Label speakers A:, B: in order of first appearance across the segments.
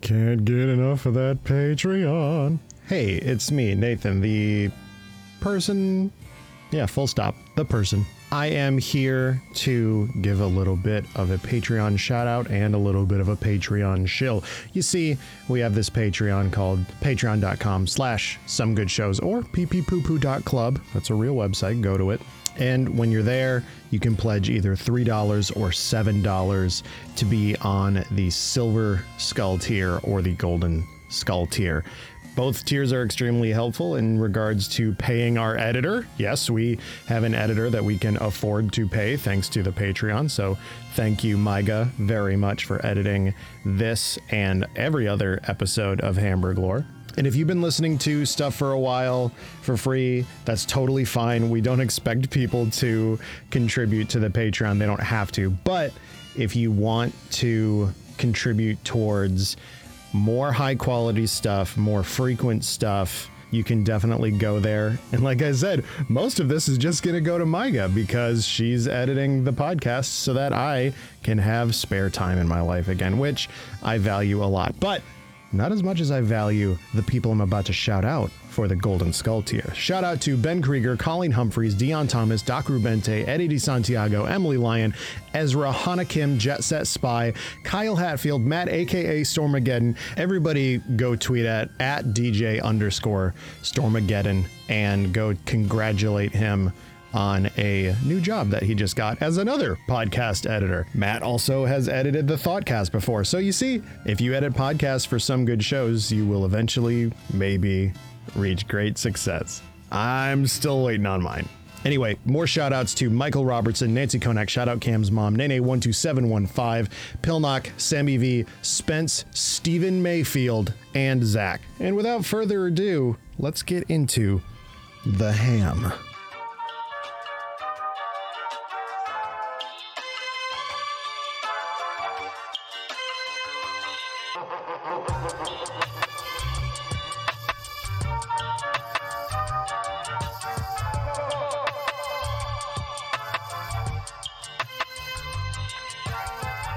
A: Can't get enough of that Patreon. Hey, it's me, Nathan, the person. Yeah, full stop. The person. I am here to give a little bit of a Patreon shout out and a little bit of a Patreon shill. You see, we have this Patreon called patreon.com slash some good shows or pppoo.club. That's a real website. Go to it. And when you're there, you can pledge either $3 or $7 to be on the Silver Skull tier or the Golden Skull tier. Both tiers are extremely helpful in regards to paying our editor. Yes, we have an editor that we can afford to pay thanks to the Patreon. So thank you, Maiga, very much for editing this and every other episode of Hamburg Lore. And if you've been listening to stuff for a while for free, that's totally fine. We don't expect people to contribute to the Patreon, they don't have to. But if you want to contribute towards more high quality stuff, more frequent stuff, you can definitely go there. And like I said, most of this is just going to go to Maiga because she's editing the podcast so that I can have spare time in my life again, which I value a lot. But not as much as I value the people I'm about to shout out for the Golden Skull tier. Shout out to Ben Krieger, Colleen Humphreys, Dion Thomas, Doc Rubente, Eddie De Santiago, Emily Lyon, Ezra Hanakim, Jet Set Spy, Kyle Hatfield, Matt aka Stormageddon. Everybody go tweet at at DJ underscore Stormageddon and go congratulate him on a new job that he just got as another podcast editor. Matt also has edited the Thoughtcast before. So you see, if you edit podcasts for some good shows, you will eventually maybe reach great success. I'm still waiting on mine. Anyway, more shout outs to Michael Robertson, Nancy Konak, shout out Cam's mom, Nene12715, Pilnock, Sammy V, Spence, Stephen Mayfield, and Zach. And without further ado, let's get into the ham.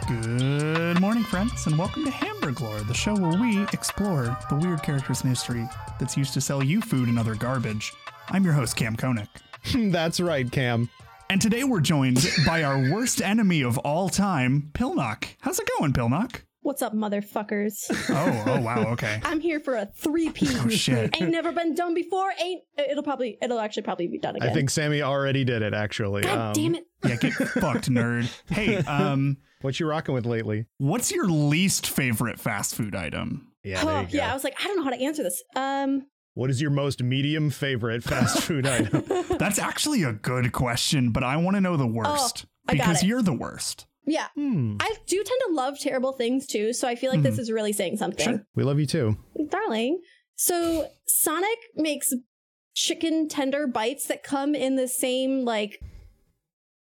B: Good morning, friends, and welcome to Hamburg Lore, the show where we explore the weird characters in history that's used to sell you food and other garbage. I'm your host, Cam Koenig.
A: That's right, Cam.
B: And today we're joined by our worst enemy of all time, Pilnock. How's it going, Pilnock?
C: What's up, motherfuckers?
B: Oh, oh, wow, okay.
C: I'm here for a three P.
B: Oh, shit.
C: Ain't never been done before. Ain't it'll probably it'll actually probably be done again.
A: I think Sammy already did it, actually.
C: God
A: Um,
C: damn it!
B: Yeah, get fucked, nerd. Hey, um,
A: What you rocking with lately?
B: what's your least favorite fast food item?
A: Yeah,
C: oh, yeah. I was like, I don't know how to answer this. Um,
A: What is your most medium favorite fast food item?
B: That's actually a good question, but I want to know the worst
C: Oh, I got
B: because
C: it.
B: you're the worst.
C: yeah,
A: Hmm,
C: I do tend to love terrible things too, so I feel like
A: Mm-hmm.
C: this is really saying something,
A: We love you too.
C: darling. So Sonic makes chicken tender bites that come in the same like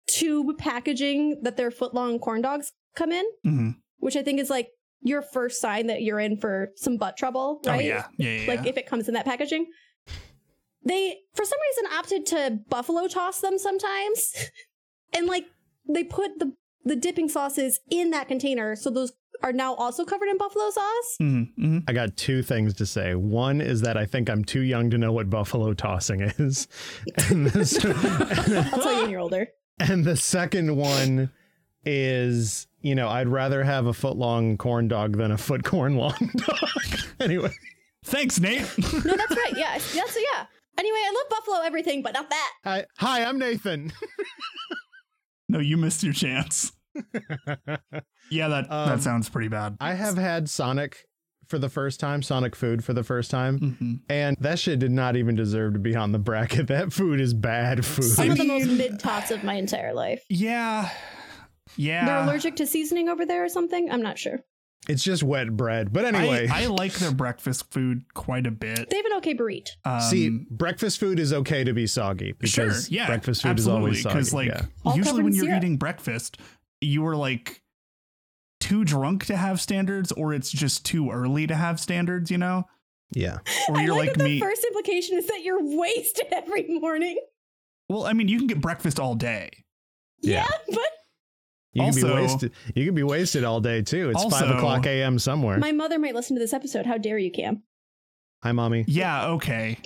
C: tube packaging that their foot long corn dogs come in,
B: hmm
C: which I think is like your first sign that you're in for some butt trouble, right?
B: Oh yeah, yeah, yeah.
C: like
B: yeah.
C: if it comes in that packaging. They, for some reason, opted to buffalo toss them sometimes, and like they put the the dipping sauces in that container, so those are now also covered in buffalo sauce.
B: Mhm, mhm.
A: I got two things to say. One is that I think I'm too young to know what buffalo tossing is. And the, s-
C: I'll tell you when you're older.
A: and the second one is, you know, I'd rather have a foot long corn dog than a foot corn long dog. anyway,
B: Thanks, Nate.
C: No, that's right. Yeah, that's yeah. Anyway, I love buffalo everything, but not that.
A: hi, hi I'm Nathan.
B: no, you missed your chance. Yeah, that
A: Um,
B: that sounds pretty bad.
A: I have had Sonic for the first time, Sonic food for the first time.
B: Mhm.
A: And that shit did not even deserve to be on the bracket. That food is bad food.
C: Some
B: I
C: of the most
B: mean-
C: mid tots of my entire life.
B: Yeah, yeah.
C: They're allergic to seasoning over there or something. I'm not sure.
A: It's just wet bread. But
B: I-
A: anyway,
B: I, like their breakfast food quite a bit.
C: They have an okay burrito.
B: Um,
A: see, breakfast food is okay to be soggy
B: sure,
A: because
B: yeah,
A: breakfast food
B: absolutely,
A: is always soggy.
B: like
A: yeah.
C: All
B: usually
C: covered
B: when
C: in
B: you're
C: syrup.
B: eating breakfast, you are like too drunk to have standards, or it's just too early to have standards. You know,
A: yeah.
B: or
C: I
B: you're
C: like
B: like,
C: that the
B: me.
C: first implication is that you're wasted every morning.
B: well, I mean, you can get breakfast all day.
A: Yeah.
C: yeah but
A: You could
B: Also-
A: be wasted. You could be wasted all day too. It's
B: Also-
A: five o'clock a.m. somewhere.
C: My mother might listen to this episode. How dare you, Cam?
A: Hi, mommy.
B: Yeah, okay.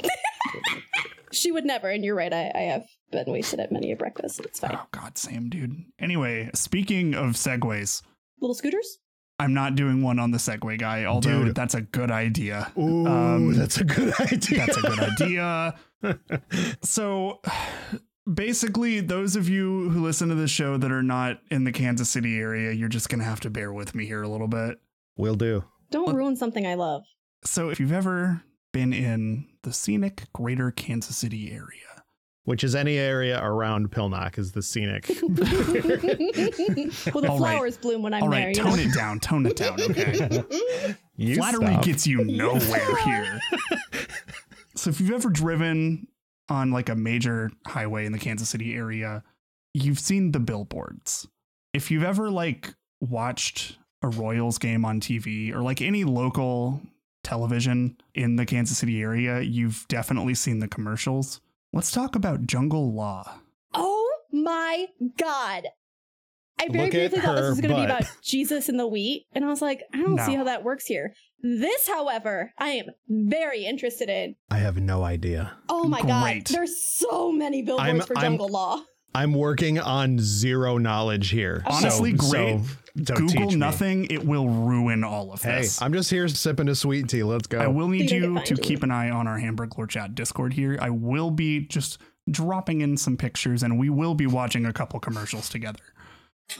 C: She would never, and you're right. I, I have been wasted at many a breakfast. It's fine.
B: Oh, God, Sam, dude. Anyway, speaking of segues,
C: Little scooters?
B: I'm not doing one on the Segway guy, although
A: Dude.
B: that's a good idea.
A: Ooh,
B: Um,
A: that's a good idea.
B: That's a good idea. so basically, those of you who listen to this show that are not in the Kansas City area, you're just going to have to bear with me here a little bit.
A: Will do.
C: Don't
B: What?
C: ruin something I love.
B: So if you've ever been in the scenic greater Kansas City area,
A: Which is any area around Pilnock is the scenic.
C: well, the
B: All right.
C: flowers bloom when I'm
B: all
C: there.
B: right,
C: you
B: tone it down, tone it down, okay?
A: You
B: Flattery
A: stop.
B: gets you nowhere here. so if you've ever driven on like a major highway in the Kansas City area, you've seen the billboards. If you've ever like watched a Royals game on TV or like any local television in the Kansas City area, you've definitely seen the commercials. Let's talk about Jungle Law.
C: Oh my god. I very
A: Look at
C: briefly thought this
A: her
C: was going to be
A: butt.
C: about Jesus and the wheat, and I was like, I don't
B: No.
C: see how that works here. This, however, I am very interested in.
A: I have no idea.
C: Oh my
B: Great.
C: god, there's so many billboards
A: I'm-
C: for
A: I'm-
C: Jungle Law.
A: I'm working on zero knowledge here.
C: Okay.
B: Honestly,
A: So-
B: great.
A: so don't teach
B: Google
A: me.
B: nothing, it will ruin all of
A: Hey,
B: this.
A: I'm just here sipping a sweet tea. Let's go.
B: I will need
C: Think I can
B: you
C: find
B: to
C: it.
B: keep an eye on our Hamburg Lord Chat Discord here. I will be just dropping in some pictures and we will be watching a couple commercials together.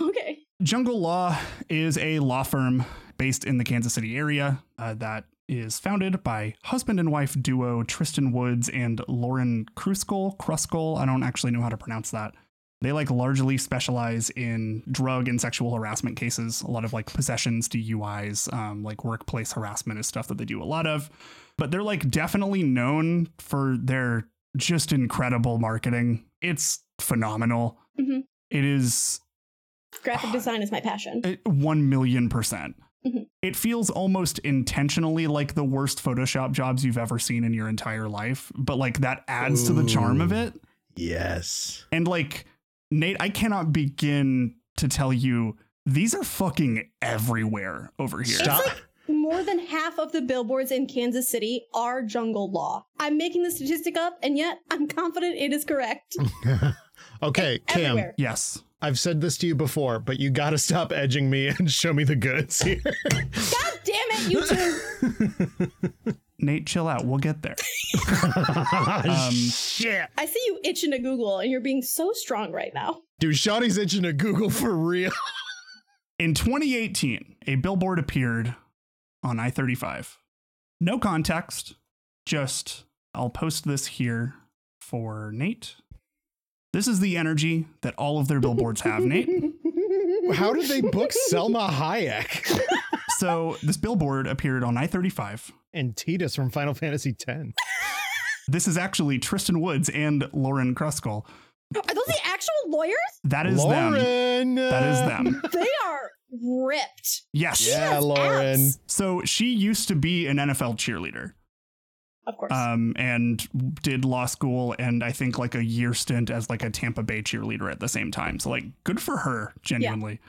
C: Okay,
B: Jungle Law is a law firm based in the Kansas City area uh, that is founded by husband and wife duo Tristan Woods and Lauren Kruskal. Kruskal, I don't actually know how to pronounce that. They like largely specialize in drug and sexual harassment cases, a lot of like possessions, DUIs, um, like workplace harassment is stuff that they do a lot of. But they're like definitely known for their just incredible marketing. It's phenomenal.
C: Mhm.
B: It is
C: graphic design is my passion.
B: it- one million percent.
C: Mhm.
B: It feels almost intentionally like the worst Photoshop jobs you've ever seen in your entire life, but like that adds to the charm of
A: Ooh.
B: it.
A: yes.
B: And like, Nate, I cannot begin to tell you these are fucking everywhere over here.
A: Stop.
C: More than half of the billboards in Kansas City are Jungle Law. I'm making the statistic up, and yet I'm confident it is correct.
A: okay, Cam.
C: Everywhere.
B: Yes.
A: I've said this to you before, but you got to stop edging me and show me the goods here.
C: God damn it, you two!
B: Nate, chill out. We'll get there. Um,
A: Shit.
C: I see you itching to Google, and you're being so strong right now.
A: Dude, Shawnee's itching to Google for real.
B: In 2018, a billboard appeared on I 35. No context, just I'll post this here for Nate. This is the energy that all of their billboards have, Nate.
A: How did they book Selma Hayek?
B: So this billboard appeared on I 35.
A: and Titus from Final Fantasy X.
B: This is actually Tristan Woods and Lauren Kruskal.
C: Are those the actual lawyers?
B: That is them.
A: Lauren!
B: That is them.
C: They are ripped.
B: Yes.
A: Yeah,
C: Yes,
A: Lauren.
C: abs.
B: So she used to be an NFL cheerleader.
C: Of course.
A: Uh,
B: um, and did law school and I think like a year stint as like a Tampa Bay cheerleader at the same time. So like good for her, genuinely.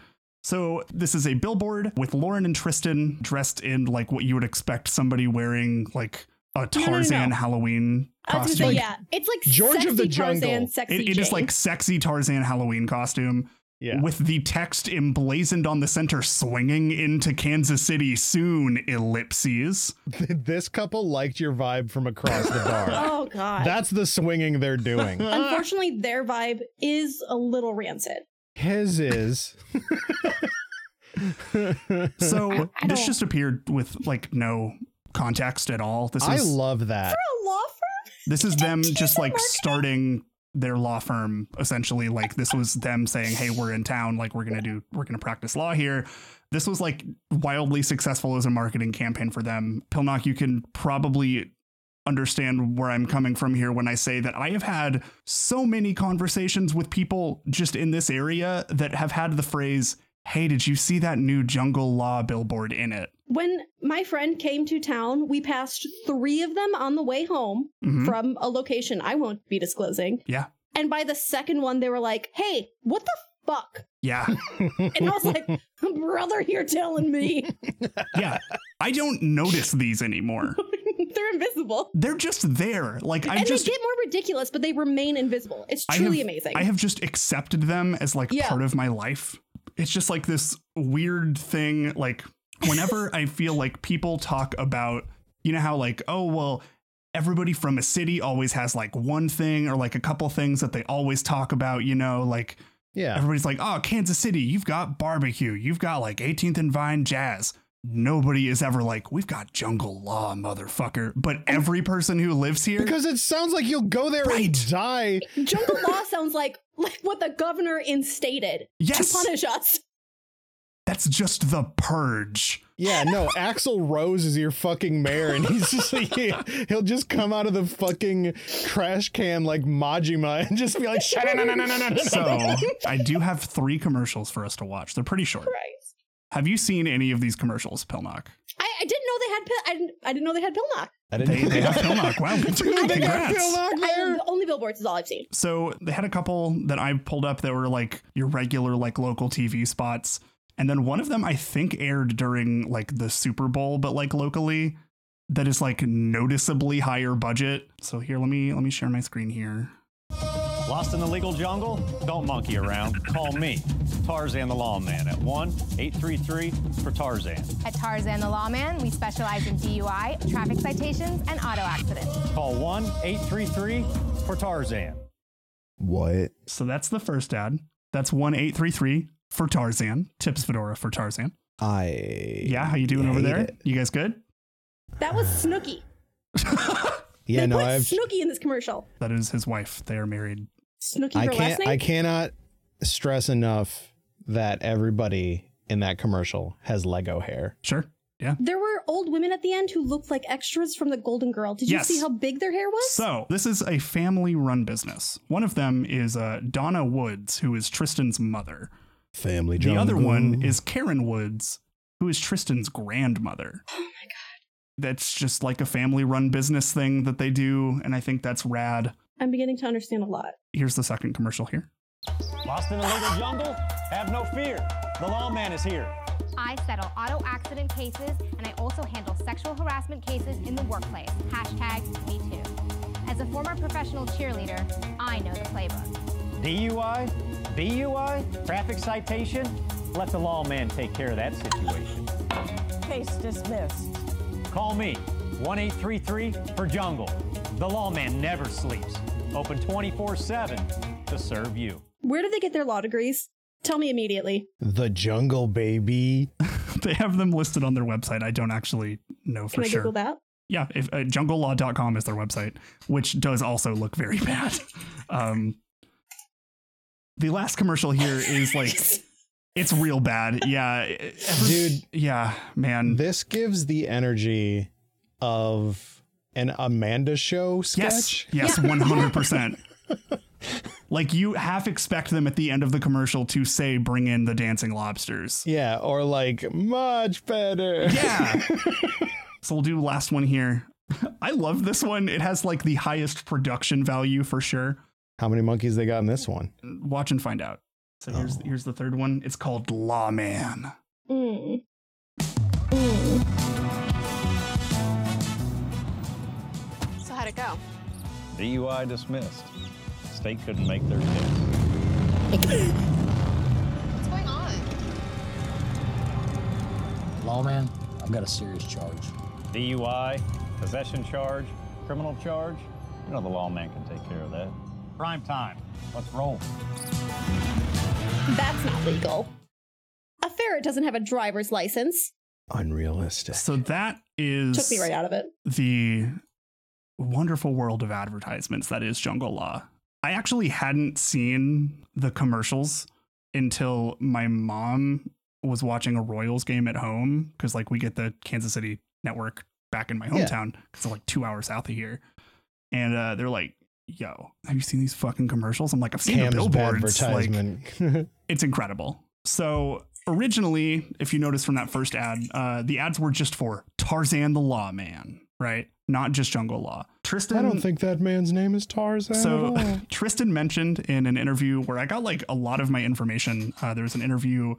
B: So this is a billboard with Lauren and Tristan dressed in like what you would expect somebody wearing like a
C: no, no.
B: Tarzan Halloween
C: I was
B: costume.
C: gonna say, yeah. It's like
A: George
C: sexy
A: of the
C: Tarzan,
A: Jungle.
C: sexy
B: It, it is
C: Jane.
B: like sexy Tarzan Halloween costume
A: Yeah.
B: with the text emblazoned on the center swinging into Kansas City soon ellipses.
A: this couple liked your vibe from across the bar.
C: Oh god.
A: That's the swinging they're doing.
C: Unfortunately, their vibe is a little rancid.
A: His is.
B: So
C: I
B: this
C: don't-
B: just appeared with like no context at all. This
A: I
B: is
A: love that.
C: For a law firm,
B: this is them just like
C: marketing?
B: starting their law firm essentially like this was them saying hey we're in town like we're gonna do we're gonna practice law here this was like wildly successful as a marketing campaign for them pilnock you can probably understand where i'm coming from here when i say that i have had so many conversations with people just in this area that have had the phrase hey did you see that new jungle law billboard in it
C: when my friend came to town, we passed three of them on the way home
B: Mhm.
C: from a location I won't be disclosing.
B: Yeah.
C: And by the second one, they were like, "Hey, what the fuck.
B: Yeah.
C: And I was like, brother, you're telling me
B: Yeah. I don't notice these anymore.
C: they're invisible.
B: They're just there. Like I
C: and
B: just
C: they get more ridiculous, but they remain invisible. It's
B: I
C: truly
B: have-
C: amazing.
B: I have just accepted them as like
C: Yeah.
B: part of my life. It's just like this weird thing. Like, whenever I feel like people talk about, you know, how like, oh, well, everybody from a city always has like one thing or like a couple things that they always talk about, you know, like
A: yeah.
B: everybody's like, oh, Kansas City, you've got barbecue, you've got like 18th and Vine jazz. Nobody is ever like, we've got jungle law, motherfucker. But every person who lives here,
A: Because it sounds like you'll go there
B: Right.
A: and die.
C: Jungle law sounds like like what the governor instated
B: yes,
C: to punish us.
B: that's just the purge.
A: Yeah, no, Axel Rose is your fucking mayor, and he's just he, he'll just come out of the fucking trash can like Majima and just be like, shut no, no, no, no, no, no.
B: So I do have three commercials for us to watch. They're pretty short.
C: Christ.
B: Have you seen any of these commercials, Pilnock?
C: I, I didn't know they had pill. I didn't, I didn't know they had pill knock.
A: I
B: They, they have Pilnock. Wow,
A: Dude, they got
B: congrats.
A: Pilnock
C: I,
A: there.
C: the only billboards is all I've seen.
B: So they had a couple that I pulled up that were like your regular like local TV spots. And then one of them I think aired during like the Super Bowl, but like locally that is like noticeably higher budget. So here let me let me share my screen here.
D: Lost in the legal jungle? Don't monkey around. Call me, Tarzan the Lawman, at 1 833 for Tarzan.
E: At Tarzan the Lawman, we specialize in DUI, traffic citations, and auto accidents.
D: Call 1 833 for Tarzan.
F: What?
B: So that's the first ad. That's one eight three three for Tarzan. Tips Fedora for Tarzan.
F: I
B: Yeah, how you doing over
F: hate
B: there?
F: it.
B: You guys good?
C: That was Snooky.
F: Yeah,
C: they
F: no,
C: put
F: I've
C: Snooky in this commercial.
B: That is his wife. They are married.
C: Snooky,
A: I
C: her last
A: can't.
C: name.
A: I cannot stress enough that everybody in that commercial has Lego hair.
B: Sure. Yeah.
C: There were old women at the end who looked like extras from The Golden Girl. Did
B: Yes.
C: you see how big their hair was?
B: So this is a family run business. One of them is uh, Donna Woods, who is Tristan's mother.
F: family.
B: The other one is Karen Woods, who is Tristan's grandmother. Oh my God. That's just like a family run business thing that they do. And I think that's rad.
C: I'm beginning to understand a lot.
B: Here's the second commercial here.
D: Lost in the legal jungle? Have no fear. The lawman is here.
E: I settle auto accident cases, and I also handle sexual harassment cases in the workplace. Hashtag me too. As a former professional cheerleader, I know the playbook.
D: DUI? BUI? Traffic citation? Let the lawman take care of that situation.
G: Case dismissed.
D: Call me, 1 833 for jungle. The lawman never sleeps. Open 24 7 to serve you.
C: Where did they get their law degrees? Tell me immediately.
A: The jungle baby.
B: They have them listed on their website. I don't actually know for
C: Can I
B: sure.
C: Google that?
B: yeah, if, uh, junglelaw.com is their website, which does also look very bad. Um, the last commercial here is like, it's real bad. Yeah. every-
A: Dude.
B: Yeah, man.
A: This gives the energy of an Amanda Show sketch.
B: yes. Yes, 100%. like, you half expect them at the end of the commercial to say, bring in the dancing lobsters.
A: Yeah, or like much better.
B: Yeah. so we'll do last one here. I love this one. It has like the highest production value for sure.
A: How many monkeys they got in this one?
B: watch and find out. So here's
A: Oh.
B: here's the third one. It's called Lawman.
C: Mm.
H: So how'd it go?
D: DUI dismissed. State couldn't make their case.
H: What's going on?
I: Lawman, I've got a serious charge.
D: DUI, possession charge, criminal charge. You know the lawman can take care of that. Prime time. Let's roll.
C: That's not legal. A ferret doesn't have a driver's license.
A: Unrealistic.
B: So that is
C: Took me right out of it.
B: the wonderful world of advertisements that is Jungle Law. I actually hadn't seen the commercials until my mom was watching a Royals game at home because like we get the Kansas City network back in my
A: Yeah.
B: hometown because they're like two hours south of here, and uh, they're like, "Yo, have you seen these fucking commercials?" I'm like, "I've seen the
A: Cam's
B: billboards." Like,
A: advertisement.
B: it's incredible. So originally, if you notice from that first ad, uh, the ads were just for Tarzan the Lawman, right? Not just Jungle Law. Tristan.
A: I don't think that man's name is Tarzan.
B: So
A: at all.
B: Tristan mentioned in an interview where I got like a lot of my information. Uh, there was an interview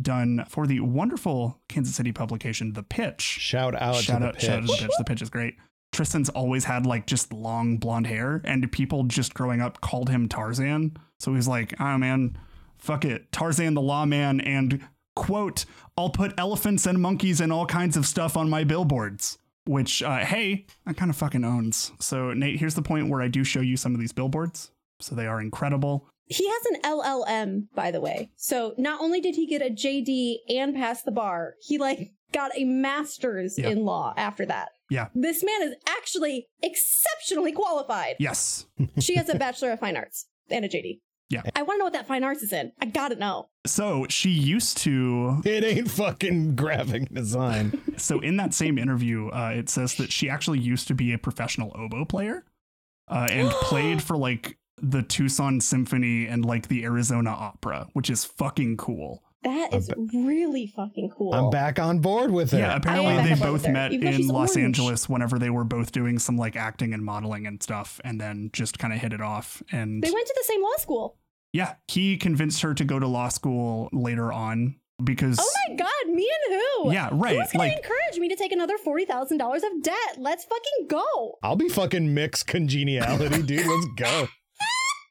B: done for the wonderful Kansas City publication, The Pitch.
A: Shout out
B: shout
A: to
B: out,
A: the
B: shout out to
A: pitch.
B: the pitch. The pitch is great. Tristan's always had like just long blonde hair, and people just growing up called him Tarzan. So he's like, oh man, fuck it, Tarzan the lawman, and quote, I'll put elephants and monkeys and all kinds of stuff on my billboards. Which, uh, hey, I kind of fucking owns. So Nate, here's the point where I do show you some of these billboards. So they are incredible.
C: He has an LLM, by the way. So not only did he get a JD and pass the bar, he like got a master's
B: Yeah.
C: in law after that.
B: Yeah.
C: This man is actually exceptionally qualified.
B: Yes,
C: She has a bachelor of fine arts and a JD.
B: Yeah.
C: I want to know what that fine arts is in. I gotta know.
B: So she used to.
A: It ain't fucking graphic design.
B: So in that same interview, uh, it says that she actually used to be a professional oboe player uh, and played for like the Tucson Symphony and like the Arizona Opera, which is fucking cool.
C: That
A: I'm
C: is really fucking cool.
A: I'm back on board with it.
B: Yeah, apparently
C: I am
B: they
C: back on
B: both
C: board
B: met
C: even though
B: in
C: she's
B: Los
C: orange.
B: Angeles whenever they were both doing some like acting and modeling and stuff, and then just kind of hit it off. And
C: They went to the same law school.
B: yeah, he convinced her to go to law school later on because
C: Oh my god, me and who?
B: Yeah, right,
C: Who's gonna
B: like-
C: encourage me to take another forty thousand dollars of debt? Let's fucking go.
A: I'll be fucking mixed congeniality, dude. Let's go.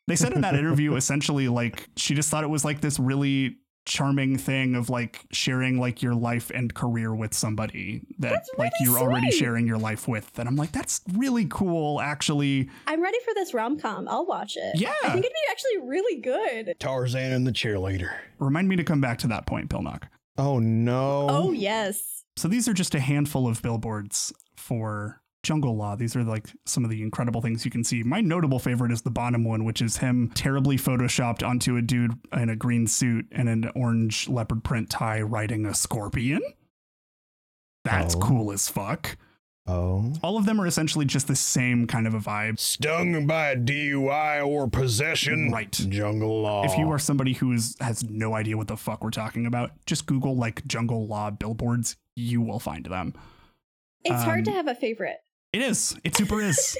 B: they said in that interview essentially like she just thought it was like this really charming thing of like sharing like your life and career with somebody that
C: That's
B: like
C: really
B: you're already
C: sweet.
B: sharing your life with and i'm like that's really cool actually
C: I'm ready for this rom com. I'll watch it.
B: Yeah.
C: I think it'd be actually really good.
F: Tarzan and the cheerleader.
B: remind me to come back to that point pilnock
A: Oh no.
C: Oh yes.
B: so these are just a handful of billboards for jungle law these are like some of the incredible things you can see my notable favorite is the bottom one which is him terribly photoshopped onto a dude in a green suit and an orange leopard print tie riding a scorpion that's
F: Oh.
B: cool as fuck
F: Oh.
B: all of them are essentially just the same kind of a vibe
F: Stung by DUI or possession.
B: Right.
F: Jungle law.
B: if you are somebody who is, has no idea what the fuck we're talking about just google like jungle law billboards you will find them
C: It's hard to
B: Um,
C: have a favorite.
B: It is. It super is.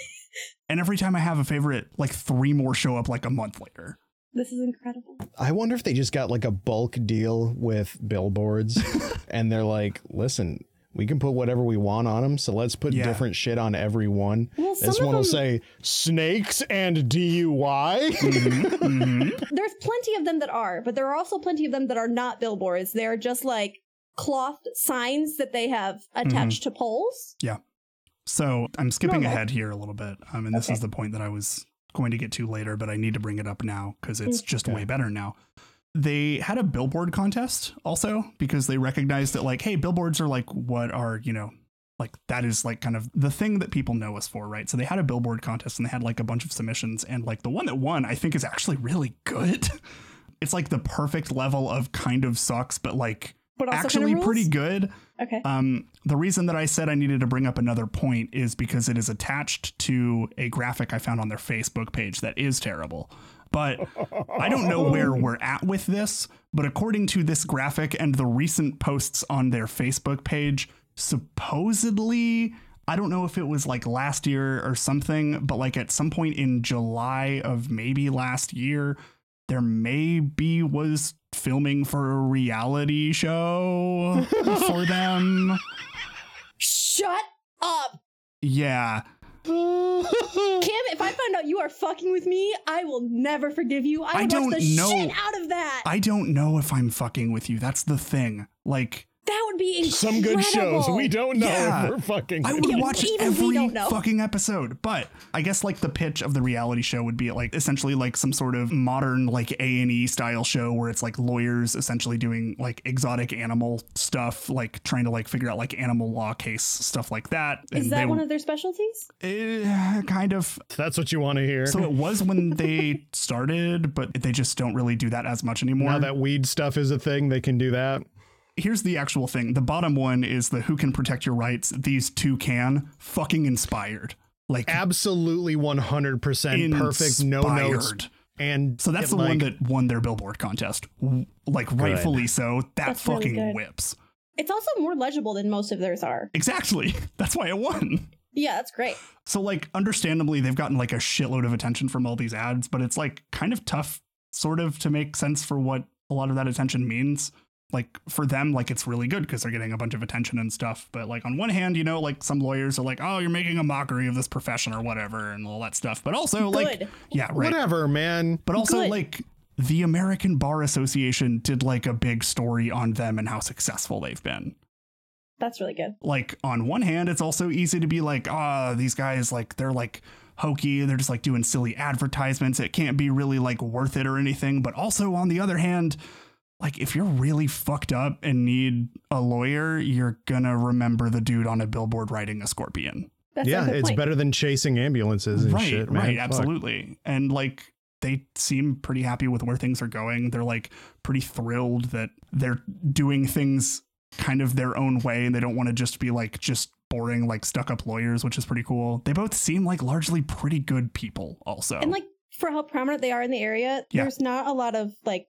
B: and every time I have a favorite, like three more show up like a month later.
C: This is incredible.
A: I wonder if they just got like a bulk deal with billboards and they're like, listen, we can put whatever we want on them, so let's put
B: Yeah.
A: different shit on every one.
C: Well, some
A: this
C: of
A: one will
C: them-
A: say snakes and DUI.
B: Mm-hmm.
C: There's plenty of them that are, but there are also plenty of them that are not billboards. They're just like cloth signs that they have attached to poles.
B: So I'm skipping
C: Normal.
B: ahead here a little bit. Um, and this
C: Okay.
B: is the point that I was going to get to later, but I need to bring it up now because
C: Mm,
B: it's just
A: Okay.
B: way better now. They had a billboard contest also because they recognized that, like, hey, billboards are like what are, you know, like that is like kind of the thing that people know us for, right? So they had a billboard contest and they had like a bunch of submissions. And like the one that won, I think is actually really good. It's like the perfect level of kind of sucks, but like
C: But also
B: actually
C: kind of
B: pretty good.
C: Okay.
B: Um, the reason that I said I needed to bring up another point is because it is attached to a graphic I found on their Facebook page that is terrible. But I don't know where we're at with this, but according to this graphic and the recent posts on their Facebook page, supposedly, I don't know if it was like last year or something, but like at some point in July of maybe last year, there maybe was filming for a reality show for them.
C: Shut up.
B: Yeah.
C: Kim, if I find out you are fucking with me, I will never forgive you. I,
B: I
C: would
B: don't
C: watch the
B: know.
C: shit out of that.
B: I don't know if I'm fucking with you. That's the thing. Like,
C: that would be incredible.
A: Some good shows. We don't know
B: Yeah.
A: if we're fucking.
B: I would
C: Yeah,
B: watch
C: even we
B: every
C: don't know.
B: fucking episode. But I guess like the pitch of the reality show would be like essentially like some sort of modern like A and E style show where it's like lawyers essentially doing like exotic animal stuff, like trying to like figure out like animal law case stuff like that.
C: Is that
B: they,
C: one of their specialties?
B: Eh, kind of
A: That's what you want to hear.
B: So it was when they started, but they just don't really do that as much anymore.
A: now that weed stuff is a thing, they can do that.
B: Here's the actual thing. The bottom one is the who can protect your rights. These two can fucking inspired. Like
A: Absolutely 100% perfect, no
B: inspired.
A: notes. And
B: So that's
A: it,
B: the
A: like,
B: one that won their billboard contest. W- Like rightfully so. That
C: That's really
B: fucking
C: good.
B: whips.
C: It's also more legible than most of theirs are.
B: Exactly. That's why it won.
C: Yeah, that's great.
B: So like understandably they've gotten like a shitload of attention from all these ads, but it's like kind of tough sort of to make sense for what a lot of that attention means. Like for them like it's really good cuz they're getting a bunch of attention and stuff, but like on one hand, you know, like some lawyers are like, "Oh, you're making a mockery of this profession or whatever" and all that stuff. But also like
C: Good.
B: yeah, right.
A: Whatever, man.
B: But also
C: Good.
B: like the American Bar Association did like a big story on them and how successful they've been
C: That's really good.
B: like on one hand it's also easy to be like ah these guys like they're like hokey they're just like doing silly advertisements it can't be really like worth it or anything but also on the other hand like if you're really fucked up and need a lawyer you're gonna remember the dude on a billboard riding a scorpion
C: That's a
A: yeah,
C: good
A: it's
C: point.
A: better than chasing ambulances and
B: right
A: shit, man.
B: right
A: Fuck.
B: absolutely and like they seem pretty happy with where things are going they're like pretty thrilled that they're doing things kind of their own way and they don't want to just be like just boring like stuck up lawyers which is pretty cool they both seem like largely pretty good people also
C: And like for how prominent they are in the area,
B: Yeah.
C: there's not a lot of like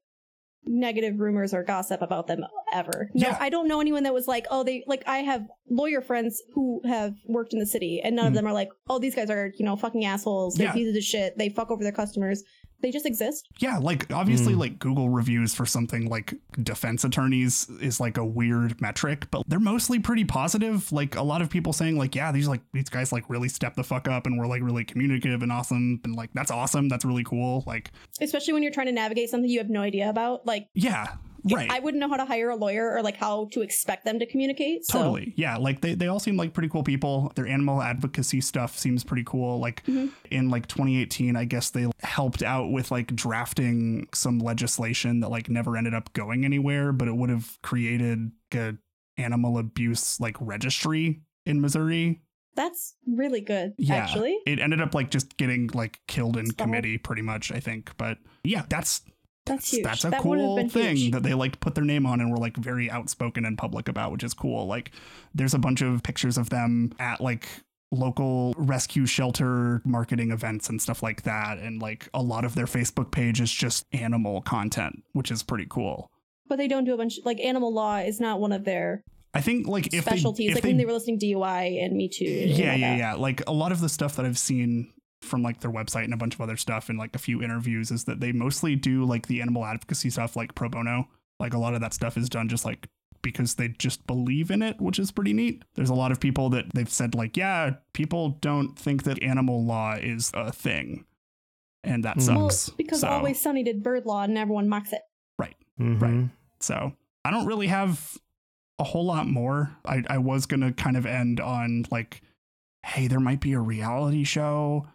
C: negative rumors or gossip about them ever. No,
B: Yeah.
C: I don't know anyone that was like, oh, they like I have lawyer friends who have worked in the city, and none
B: Mhm.
C: of them are like, oh, these guys are you know fucking assholes, they're
B: Yeah.
C: pieces of shit, they fuck over their customers. They just exist.
B: yeah like obviously like google reviews for something like defense attorneys is like a weird metric but they're mostly pretty positive like a lot of people saying like yeah these like these guys like really step the fuck up and we're like really communicative and awesome and like that's awesome that's really cool like
C: Especially when you're trying to navigate something you have no idea about. Like
B: yeah right
C: I wouldn't know how to hire a lawyer or like how to expect them to communicate. So
B: Totally. Yeah. Like they, they all seem like pretty cool people. Their animal advocacy stuff seems pretty cool. Like
C: Mm-hmm.
B: in like 2018, I guess they helped out with like drafting some legislation that like never ended up going anywhere, but it would have created a animal abuse like registry in Missouri.
C: that's really good,
B: Yeah.
C: actually.
B: It ended up like just getting like killed in
C: Stalled.
B: committee pretty much, I think. But yeah, that's
C: That's huge.
B: that's a
C: That would've
B: cool
C: been
B: thing
C: huge.
B: that they like put their name on and were like very outspoken and public about, which is cool. Like there's a bunch of pictures of them at like local rescue shelter marketing events and stuff like that. And like a lot of their Facebook page is just animal content, which is pretty cool.
C: But they don't do a bunch like animal law is not one of their
B: I think like if
C: specialties.
B: they, if
C: like when they were listening to DUI and Me Too. and
B: yeah
C: all
B: yeah
C: that.
B: yeah like a lot of the stuff that i've seen from like their website and a bunch of other stuff and like a few interviews is that they mostly do like the animal advocacy stuff like pro bono like a lot of that stuff is done just like because they just believe in it which is pretty neat there's a lot of people that they've said like yeah people don't think that animal law is a thing and that
A: Mm.
C: Well,
B: sucks
C: because
B: So-
C: Always Sunny did bird law and everyone mocks it.
A: Mhm.
B: Right. So I don't really have a whole lot more. I, I was going to kind of end on like, hey, there might be a reality show.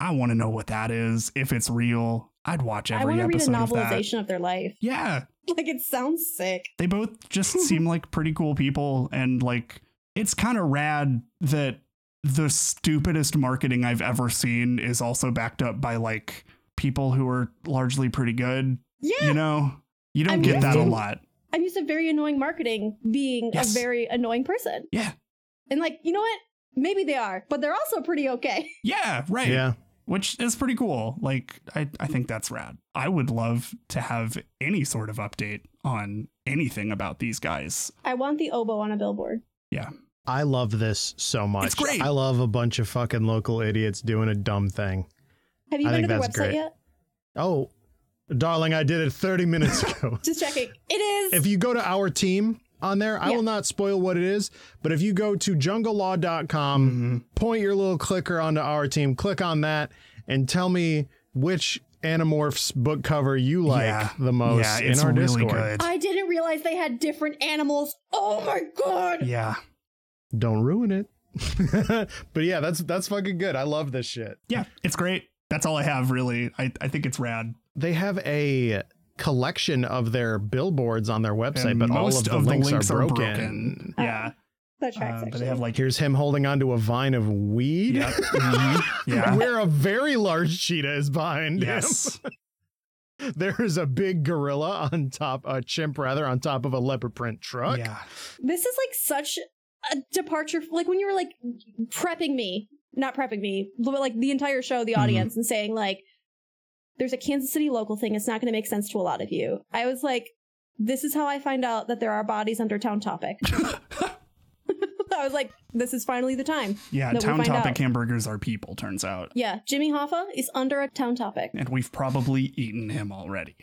B: I want to know what that is. If it's real, I'd watch
C: I
B: every
C: want to read a
B: episode of that.
C: novelization of, their life.
B: Yeah.
C: Like it sounds sick.
B: They both just seem like pretty cool people. And like, it's kind of rad that the stupidest marketing I've ever seen is also backed up by like people who are largely pretty good.
C: Yeah.
B: You know, you don't
C: I'm
B: get
C: used
B: that a
C: to-
B: lot.
C: I'm used to very annoying marketing being
B: Yes.
C: a very annoying person.
B: Yeah.
C: And like, you know what? Maybe they are, but they're also pretty okay.
B: Yeah, right.
A: Yeah.
B: Which is pretty cool. Like, I, I think that's rad. I would love to have any sort of update on anything about these guys.
C: I want the oboe on a billboard.
A: I love this so much.
B: great.
A: I love a bunch of fucking local idiots doing a dumb thing.
C: Have you
A: I
C: been
A: think
C: to their
A: that's
C: website
A: great.
C: yet?
A: Oh, darling, I did it 30 minutes ago.
C: Just checking. It is.
A: if you go to our team on there, I
C: Yeah.
A: will not spoil what it is, but if you go to junglelaw.com, point your little clicker onto our team, click on that, and tell me which Animorphs book cover you like
B: Yeah.
A: the most
B: yeah,
A: in
B: it's
A: our
B: really
A: Discord.
B: good.
C: I didn't realize they had different animals. Oh my god.
B: yeah.
A: Don't ruin it. but yeah, that's that's fucking good. I love this shit.
B: Yeah. It's great. That's all I have, really. I, I think it's rad.
A: they have a collection of their billboards on their website,
B: And
A: but all of
B: most
A: the, links, are, broken.
C: Uh,
B: Yeah.
C: That tracks
B: Uh, but
C: actually.
B: they have like,
A: Here's him holding onto a vine of weed.
B: yeah. Mhm. yeah.
A: Where a very large cheetah is behind
B: Yes.
A: him. There is a big gorilla on top, a chimp rather, on top of a leopard print truck.
B: Yeah.
C: this is like such a departure like when you were like prepping me not prepping me but like the entire show
B: Mm-hmm.
C: the audience and saying like there's a kansas city local thing it's not going to make sense to a lot of you i was like this is how i find out that there are bodies under town topic I was like, this is finally the time.
B: Yeah,
C: that we
B: town
C: find
B: topic
C: out.
B: hamburgers are people, turns out.
C: Yeah, Jimmy Hoffa is under a town topic.
B: And we've probably eaten him already.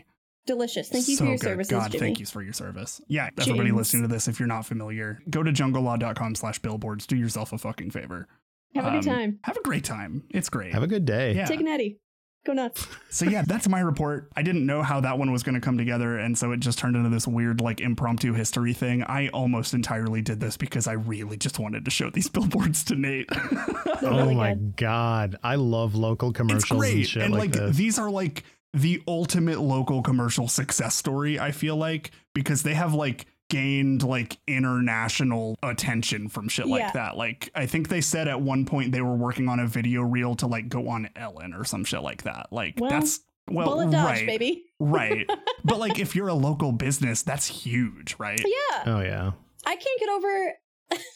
C: Delicious. Thank you
B: so
C: for your
B: good.
C: services,
B: God,
C: Jimmy.
B: thank you for your service. Yeah, everybody
C: James.
B: listening to this, if you're not familiar, go to junglelaw.com slash billboards. Do yourself a fucking favor.
C: Have a good
B: Um,
C: time.
B: Have a great time. It's great.
A: Have a good day.
B: yeah.
C: Take an Eddie. Go nuts.
B: so yeah, that's my report. I didn't know how that one was going to come together, and so it just turned into this weird, like, impromptu history thing. I almost entirely did this because I really just wanted to show these billboards to Nate.
C: They're
A: Oh
C: really
A: my
C: good.
A: god, I love local
B: it's
A: commercials
B: great,
A: and shit
B: and
A: like,
B: like,
A: this.
B: these are like the ultimate local commercial success story. I feel like because they have like gained like international attention from shit
C: Yeah.
B: like that. Like I think they said at one point they were working on a video reel to like go on Ellen or some shit like that. Like
C: Well,
B: that's well
C: Bullet dodge,
B: right.
C: baby.
B: right but like if you're a local business that's huge right
C: Yeah.
A: oh yeah,
C: I can't get over.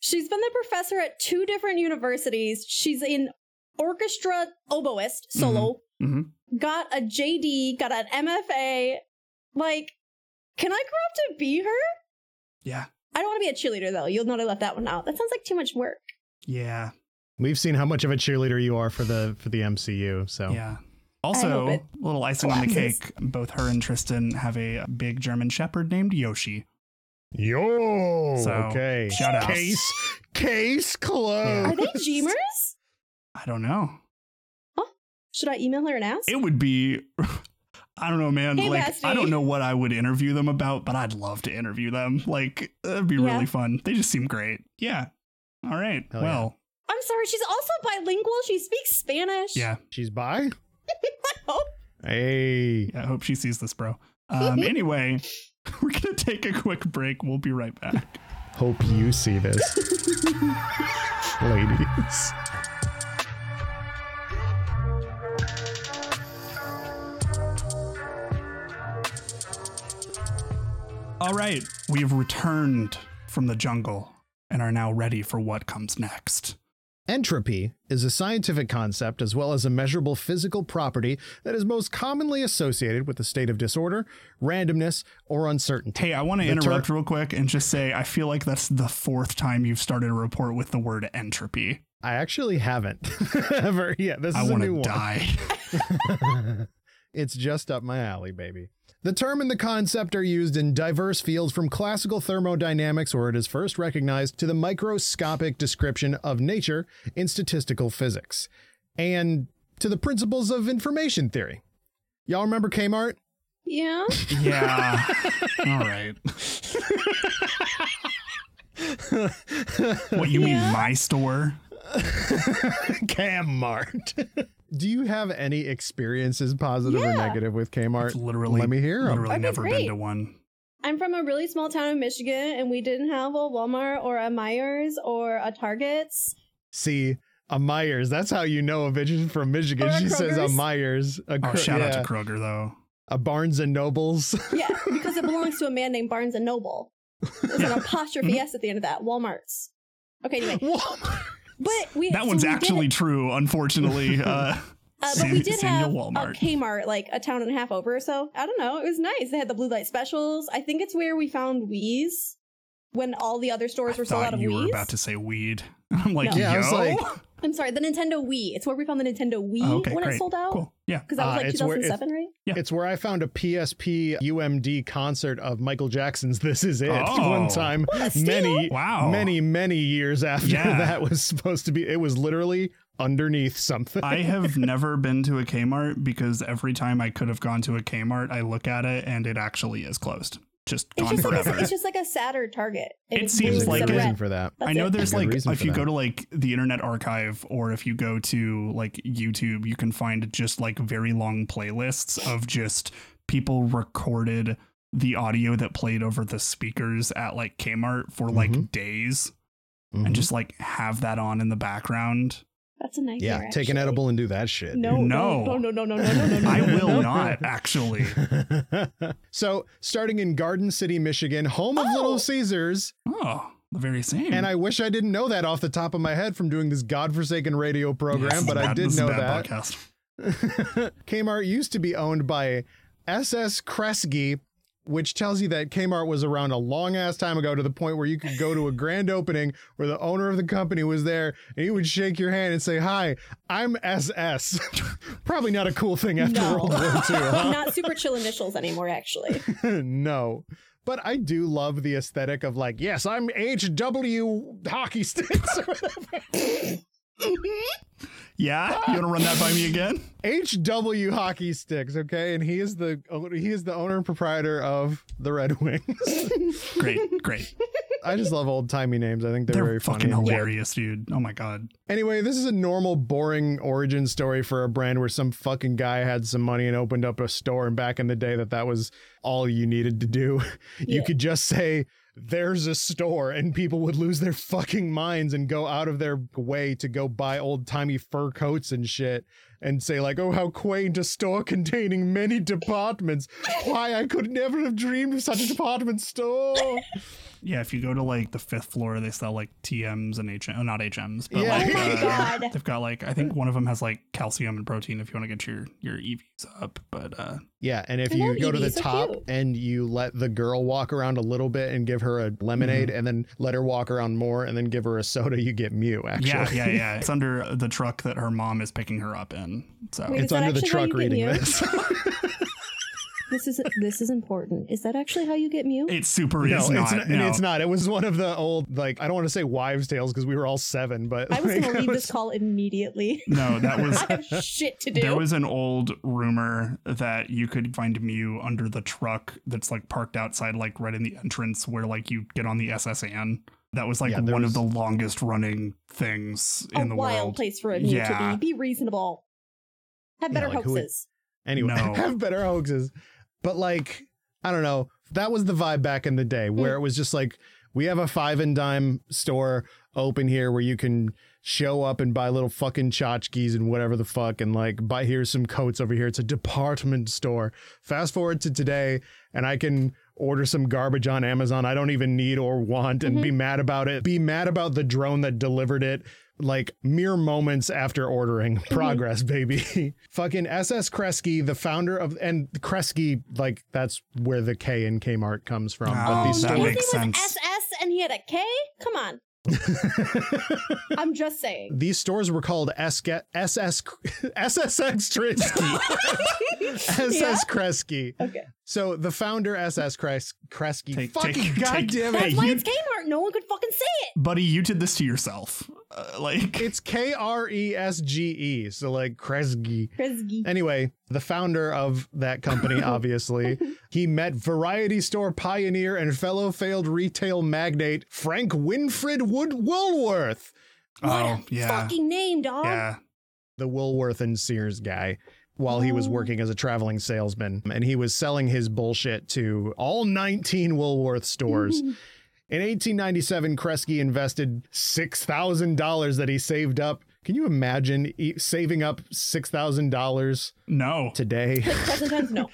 C: She's been the professor at two different universities. She's an orchestra oboist solo.
B: Mhm.
C: Got a JD. Got an MFA. Like, can I grow up to be her?
B: yeah
C: I don't want to be a cheerleader though. You'll know I left that one out. That sounds like too much work.
B: yeah
A: we've seen how much of a cheerleader you are for the for the MCU. So
B: yeah
C: hope
B: also
C: it
B: a little icing on the
C: collapses.
B: cake both her and tristan have a big german shepherd named yoshi
A: yo,
B: So,
A: okay,
B: shout outs.
A: case case
B: Yeah.
A: closed.
C: Are they Jeemers?
B: i don't know
C: Should I email her and ask?
B: it would be i don't know man
C: Hey,
B: like
C: bestie.
B: i don't know what i would interview them about but i'd love to interview them like that'd be
C: Yeah.
B: really fun they just seem great yeah all right
A: Hell yeah.
B: well
C: I'm sorry. She's also bilingual. She speaks Spanish.
B: yeah.
A: She's by.
C: Oh,
A: Hey,
B: yeah i hope she sees this bro um anyway we're gonna take a quick break we'll be right back
A: hope you see this, ladies.
B: All right, we have returned from the jungle and are now ready for what comes next.
A: Entropy is a scientific concept as well as a measurable physical property that is most commonly associated with a state of disorder, randomness, or uncertainty.
B: Hey, I want to
A: The ter-
B: interrupt real quick and just say I feel like that's the fourth time you've started a report with the word entropy.
A: I actually haven't ever. Yeah, this
B: I
A: is a
B: want
A: new
B: to
A: one.
B: die.
A: it's just up my alley, baby. The term and the concept are used in diverse fields from classical thermodynamics, where it is first recognized, to the microscopic description of nature in statistical physics, and to the principles of information theory. Y'all remember Kmart?
C: yeah.
B: yeah. All right. what you mean,
C: Yeah.
B: my store?
A: Kmart. Do you have any experiences, positive or
C: Yeah.
A: negative, with Kmart?
B: It's literally.
A: Let me hear 'em.
B: Literally
C: That'd be
B: never been
C: great.
B: to one.
C: I'm from a really small town in Michigan, and we didn't have a Walmart or a Myers or a Target's.
A: See, a Myers. That's how you know a bitch is from Michigan.
C: Or a
A: She says a
C: Kroger's.
A: Myers. A
B: Oh,
A: Kro-
B: shout out
A: yeah.
B: to Kroger though.
A: a Barnes and Nobles.
C: Yeah, because it belongs to a man named Barnes and Noble. There's an
B: Mm-hmm.
C: apostrophe s at the end of that. Walmart's. Okay, anyway,
A: Walmart.
C: but we
B: That
C: so
B: one's
C: we did-
B: actually true, unfortunately. Uh,
C: Uh, but we did
B: Samuel
C: have
B: Walmart.
C: a Kmart, like a town and a half over or so. I don't know. It was nice. They had the blue light specials. I think it's where we found Wii's when all the other stores were sold
B: thought
C: out of
B: you were
C: Wii's.
B: about to say weed. I'm like,
C: No.
A: Yeah, I was
B: yo.
A: like,
C: I'm sorry, the Nintendo Wii. It's where we found the Nintendo Wii
B: Oh, okay,
C: when
B: great.
C: it sold out.
B: Cool. Yeah.
C: Because that was
A: Uh,
C: like
A: it's where-
C: 2007, right?
B: Yeah.
A: It's where I found a PSP UMD concert of Michael Jackson's This Is It
B: Oh.
A: one time many
B: Wow.
A: many many years after
B: Yeah.
A: that was supposed to be it was literally underneath something.
B: I have never been to a Kmart because every time I could have gone to a Kmart, I look at it and it actually is closed. Just
C: It's
B: gone
C: just, like
B: forever.
C: a, it's just like a sadder target. And
B: It
C: it's
A: There's
B: seems
A: a
C: blue
B: like
C: instead
A: good
C: of
B: it.
A: reason
C: red.
A: for that.
C: That's
B: I know
C: it.
B: there's
A: Good
B: like
A: reason
B: if
A: for
B: you
A: that.
B: go to like the Internet Archive or if you go to like YouTube, you can find just like very long playlists of just people recorded the audio that played over the speakers at like Kmart for like
A: Mhm.
B: days
A: Mhm.
B: and just like have that on in the background.
C: That's a nightmare.
A: yeah, take an
C: actually.
A: edible and do that shit.
C: No, no,
B: No.
C: no, no, no, no, no, no, no, no.
B: I will not actually.
A: so, starting in Garden City, Michigan, home of
C: Oh.
A: Little Caesars,
B: Oh, the very same.
A: and I wish I didn't know that off the top of my head from doing this godforsaken radio program,
B: This is
A: but I
B: bad- this
A: did
B: is
A: know
B: bad
A: that.
B: podcast.
A: Kmart used to be owned by SS Kresge which tells you that Kmart was around a long ass time ago to the point where you could go to a grand opening where the owner of the company was there and he would shake your hand and say, Hi, I'm SS. Probably not a cool thing after
C: No.
A: World War II. huh?
C: Not super chill initials anymore, actually.
A: no. But I do love the aesthetic of like, yes, I'm HW hockey sticks.
B: Yeah, you want to run that by me again?
A: HW hockey sticks, okay? And he is the he is the owner and proprietor of the Red Wings.
B: Great, great.
A: I just love old timey names. I think they're,
B: They're
A: very
B: fucking
A: funny.
B: hilarious, dude. Oh my god.
A: Anyway, this is a normal, boring origin story for a brand where some fucking guy had some money and opened up a store. And back in the day, that that was all you needed to do. You could just say, "There's a store," and people would lose their fucking minds and go out of their way to go buy old timey fur coats and shit. And say like, "Oh, how quaint! A store containing many departments. Why I could never have dreamed of such a department store."
B: Yeah, if you go to like the fifth floor, they sell like TMs and HM, oh, not HMs, but
A: Yeah. Oh
B: like
C: my
B: uh,
C: God.
B: they've got like I think one of them has like calcium and protein if you want to get your your EVs up. But uh
A: Yeah, and if
C: I
A: you
C: love
A: go to
C: Evie,
A: the
C: so
A: top
C: cute.
A: and you let the girl walk around a little bit and give her a lemonade
B: Mm-hmm.
A: and then let her walk around more and then give her a soda, you get Mew actually.
B: yeah, yeah, yeah. It's under the truck that her mom is picking her up in. So
C: Wait,
A: It's
C: Is that
A: under the
C: actually how you
A: truck
C: get
A: reading
C: Mew?
A: this.
C: This is this is important. Is that actually how you get Mew?
B: it's super
A: no,
B: it's not.
A: and
B: no.
A: it's not. It was one of the old like I don't want to say wives' tales because we were all seven, but
C: I was
A: like,
C: gonna
A: it
C: leave
A: was-
C: this call immediately.
B: No, that was
C: I have shit to do.
B: there was an old rumor that you could find Mew under the truck that's like parked outside, like right in the entrance where like you get on the SSN. That was like
A: Yeah, there
B: one
A: was-
B: of the longest running things
C: a
B: in the
C: wild
B: world.
C: place for a Mew
B: Yeah.
C: to be. Be reasonable. Have
A: Yeah,
C: better
A: like, who would-
C: hoaxes.
A: anyway,
B: No.
A: have better hoaxes. But like, I don't know. That was the vibe back in the day
C: Hmm.
A: where it was just like, we have a five and dime store open here where you can show up and buy little fucking tchotchkes and whatever the fuck and like buy here's some coats over here. It's a department store. Fast forward to today and I can order some garbage on Amazon I don't even need or want and be mad about it. Be mad about the drone that delivered it like mere moments after ordering. Progress, baby. Fucking SS Kresge, the founder of and Kresge, like that's where the K in Kmart comes from.
B: Oh,
A: but these
B: that
C: his
A: stores-
C: name
B: makes sense.
C: Um, was SS and he had a K? Come on. I'm just saying.
A: these stores were called SK, SS SSX Trisky. SS
C: Yeah.
A: Kresge.
C: Okay.
A: So the founder SS Kres, Kresge.
B: Take-
A: fucking
B: take-
A: goddamn
B: take-
A: it.
C: That's
B: Hey,
C: why
B: you-
C: it's Kmart. No one could fucking say it.
B: Buddy, you did this to yourself. Uh, like
A: It's K R E S G E. So like Kresge.
C: Kresge.
A: Anyway, the founder of that company, obviously, he met variety store pioneer and fellow failed retail magnate Frank Winfred Wood Woolworth,
B: oh yeah,
C: Fucking name, dog.
B: yeah.
A: the Woolworth and Sears guy. While he
C: Oh.
A: was working as a traveling salesman, and he was selling his bullshit to all 19 Woolworth stores. In 1897, Kresge invested $6,000 that he saved up. Can you imagine e- saving up $6,000
B: No,
A: today?
C: Present tense, no.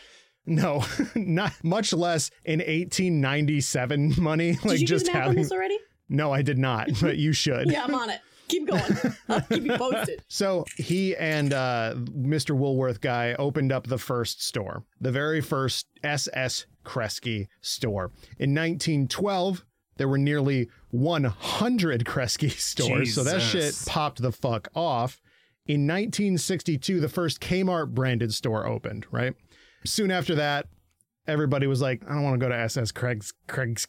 A: No, not much less in 1897 money. Like
C: Did you
A: just
C: do the math on
A: having.
C: this already?
A: No, I did not, but you should.
C: Yeah, I'm on it. Keep going. I'll keep you posted.
A: So he and uh, Mr. Woolworth guy opened up the first store, the very first SS Kresge store. In 1912, there were nearly 100 Kresge stores. So that shit
B: Jesus.
A: popped the fuck off. In 1962, the first Kmart branded store opened, right? Soon after that, everybody was like, I don't want to go to SS Craig's Craig's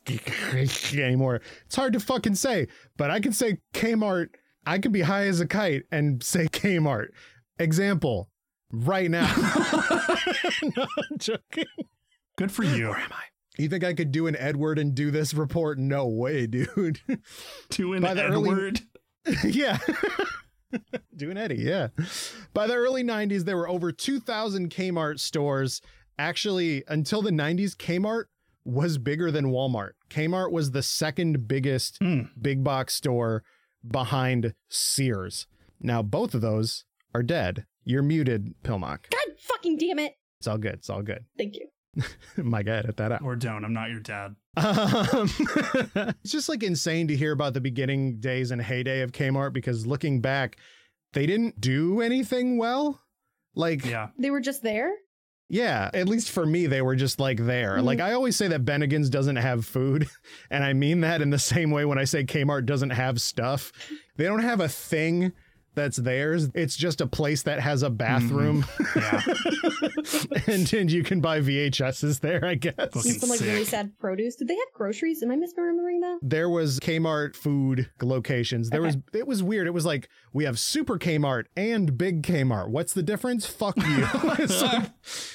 A: anymore. It's hard to fucking say, but I can say Kmart. I can be high as a kite and say Kmart. Example, right now. no, I'm joking.
B: good for you.
A: You think I could do an Edward and do this report? No way, dude.
B: To an
A: By the early-
B: Edward.
A: yeah. Doing Eddie, yeah. By the early 90s, there were over 2,000 Kmart stores. Actually, until the 90s, Kmart was bigger than Walmart. Kmart was the second biggest big box store behind Sears. Now, both of those are dead. You're muted, Pillmock.
C: God fucking damn it.
A: It's all good. It's all good.
C: Thank you.
A: My guy, edit that out.
B: Or don't. I'm not your dad.
A: Um, it's just like insane to hear about the beginning days and heyday of Kmart because looking back, they didn't do anything well. Like
B: Yeah.
C: They were just there?
A: Yeah, at least for me, they were just like there. Like I always say that Bennigan's doesn't have food, and I mean that in the same way when I say Kmart doesn't have stuff. They don't have a thing that's theirs. It's just a place that has a bathroom,
B: Yeah.
A: and, and you can buy VHSs there, I guess.
B: Fucking
C: Some like really
B: sick.
C: sad produce. Did they have groceries? Am I misremembering that?
A: There was Kmart food locations. There was it was weird. It was like we have Super Kmart and Big Kmart. What's the difference? Fuck you. It's like,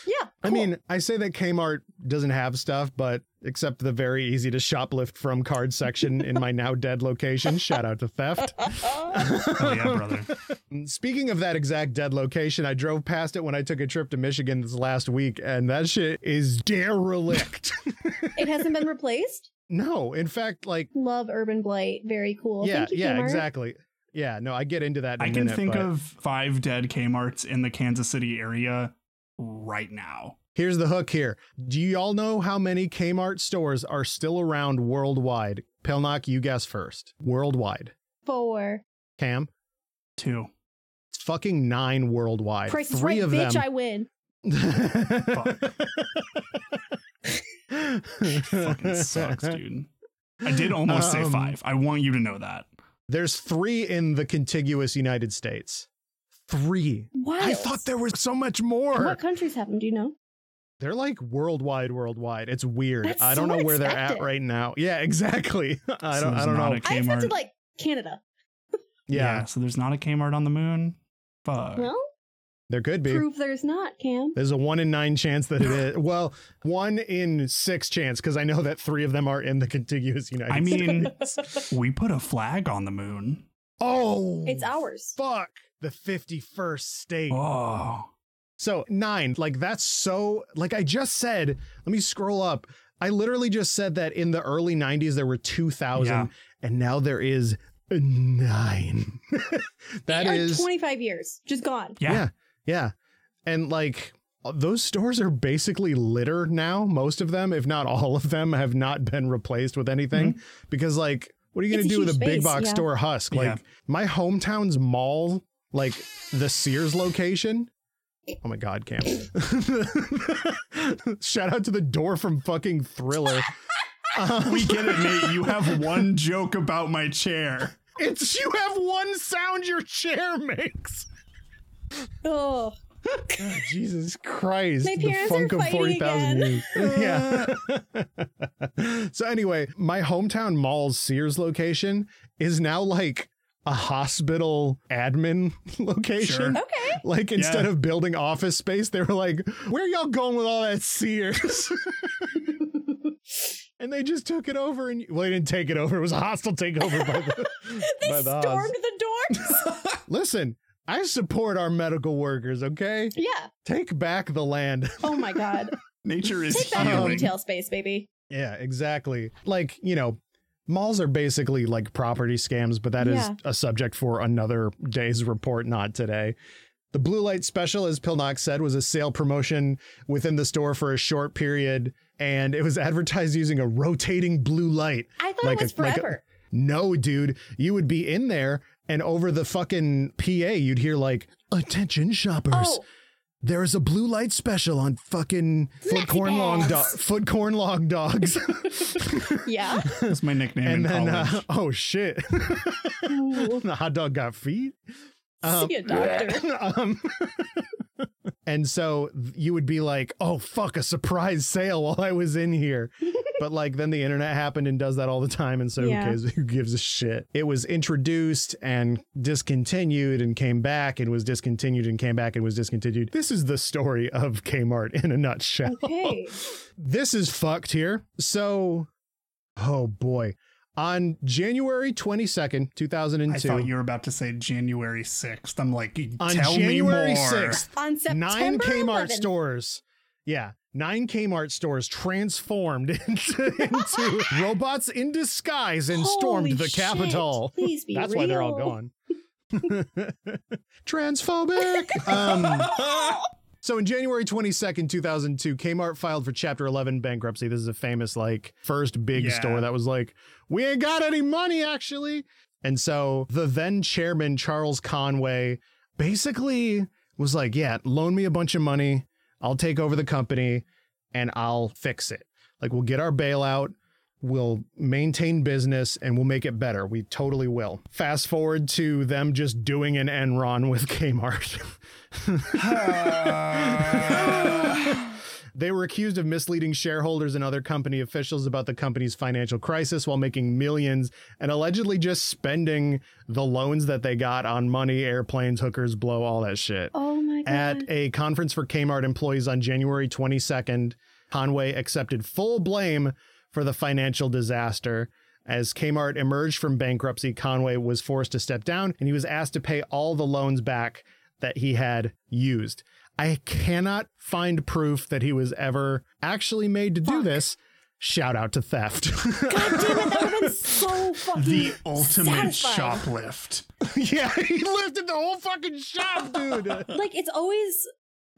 C: Yeah.
A: I mean, I say that Kmart doesn't have stuff, but except the very easy to shoplift from card section in my now dead location. Shout out to theft.
B: Oh yeah, brother.
A: Speaking of that exact dead location, I drove past it when I took a trip to Michigan this last week, and that shit is derelict.
C: It hasn't been replaced.
A: no, in fact, like,
C: Love urban blight. Very cool.
A: yeah,
C: Thank you,
A: yeah,
C: Kmart.
A: exactly. Yeah, no, I get into that. In
B: I
A: a
B: can
A: minute,
B: think
A: but
B: of five dead Kmart's in the Kansas City area right now.
A: Here's the hook. Here, do you all know how many Kmart stores are still around worldwide? Pelnock, you guess first. Worldwide,
C: Four.
A: Cam.
B: Two.
A: It's fucking nine worldwide.
C: Price is
A: Three
C: right,
A: of
C: bitch.
A: them.
C: I win.
B: Fucking sucks, dude. I did almost say
A: Um,
B: five. I want you to know that.
A: There's three in the contiguous United States. Three.
C: Wild.
A: I thought there was so much more.
C: What countries have them? Do you know?
A: They're like worldwide, worldwide. It's weird.
C: That's
A: I don't
C: so
A: know where they're at
C: unexpected.
A: right now. Yeah, exactly. I
B: So
A: don't. I
B: there's
A: don't
B: not
A: know.
B: a
C: I
B: Kmart.
C: expected like Canada.
A: yeah.
B: So there's not a Kmart on the moon. Fuck.
C: Well,
A: there could be.
C: prove there's not, Cam.
A: There's a one in nine chance that it is. Well, one in six chance because I know that three of them are in the contiguous United.
B: I
A: States.
B: mean, we put a flag on the moon.
A: oh,
C: It's ours.
A: fuck the 51st state.
B: Oh.
A: So nine, like that's so like I just said, let me scroll up. I literally just said that in the early 90s there were 2,000
B: Yeah.
A: and now there is nine. That
C: Like,
A: is
C: 25 years. Just gone.
B: Yeah.
A: Yeah. yeah. And like those stores are basically litter now. Most of them, if not all of them, have not been replaced with anything because like what are you going
C: It's
A: to
C: a
A: do with a
C: huge
A: big
C: space,
A: box
C: yeah.
A: store husk?
B: Mm-hmm. Yeah.
A: Like my hometown's mall, like the Sears location. Oh my god, Cam. Shout out to the door from fucking Thriller. Um,
B: We get it, mate. You have one joke about my chair.
A: It's you have one sound your chair makes.
C: Oh,
A: Jesus Christ.
C: My
A: the
C: parents are
A: funk of
C: fighting
A: 40,000
C: again.
A: years. yeah.
B: Uh.
A: so, anyway, my hometown mall's Sears location is now like a hospital admin location.
B: Sure.
C: okay.
A: Like, instead
B: Yeah.
A: of building office space, they were like, where y'all going with all that Sears? and they just took it over. And well, they didn't take it over. It was a hostile takeover by the,
C: They
A: by the Haas.
C: stormed the doors.
A: Listen, I support our medical workers, okay?
C: yeah.
A: Take back the land.
C: Oh my God.
B: Nature is
C: Take back the
B: healing.
C: retail space, baby.
A: Yeah, exactly. Like, you know, malls are basically like property scams, but that is
C: Yeah.
A: a subject for another day's report, not today. The blue light special, as Pilnock said, was a sale promotion within the store for a short period, and it was advertised using a rotating blue light.
C: I thought
A: Like
C: it
A: a-
C: was
A: like a-
C: forever.
A: No, dude, you would be in there, and over the fucking PA, you'd hear like, "Attention shoppers."
C: oh,
A: there is a blue light special on fucking foot corn long dog foot corn long dogs
C: yeah.
B: That's my nickname
A: and
B: in
A: then
B: college.
A: uh, oh shit the hot dog got feet Um,
C: See a doctor.
A: um, and so you would be like oh fuck a surprise sale while i was in here but like then the internet happened and does that all the time and so
C: Yeah.
A: who, gives, who gives a shit it was introduced and discontinued and came back and was discontinued and came back and was discontinued this is the story of kmart in a nutshell
C: Okay.
A: this is fucked here. So, oh boy. On January 22nd,
B: I
A: 2002,
B: thought you were about to say January 6th. I'm like,
A: on
B: tell
A: January
B: me more.
A: 6th,
C: On September
A: nine Kmart
C: 11th.
A: stores. Yeah. Nine Kmart stores transformed into, into robots in disguise and stormed
C: Holy
A: the
C: shit.
A: Capitol.
C: Please be
A: That's why they're all
C: real.
A: gone. Transphobic. Um, so in January 22nd, 2002, Kmart filed for Chapter 11 bankruptcy. This is a famous, like, first big
B: Yeah.
A: store that was like, we ain't got any money, actually. And so the then chairman, Charles Conway, basically was like, yeah, loan me a bunch of money. I'll take over the company and I'll fix it. Like we'll get our bailout, we'll maintain business and we'll make it better. We totally will. Fast forward to them just doing an Enron with Kmart. They were accused of misleading shareholders and other company officials about the company's financial crisis while making millions and allegedly just spending the loans that they got on money, airplanes, hookers, blow, all that shit.
C: Oh my god.
A: At a conference for Kmart employees on January 22nd, Conway accepted full blame for the financial disaster. As Kmart emerged from bankruptcy, Conway was forced to step down and he was asked to pay all the loans back that he had used. I cannot find proof that he was ever actually made to do this. Shout out to theft.
C: god damn it, that would have been so fucking
B: The ultimate
C: satisfying.
B: shoplift.
A: yeah, he lifted the whole fucking shop, dude.
C: Like it's always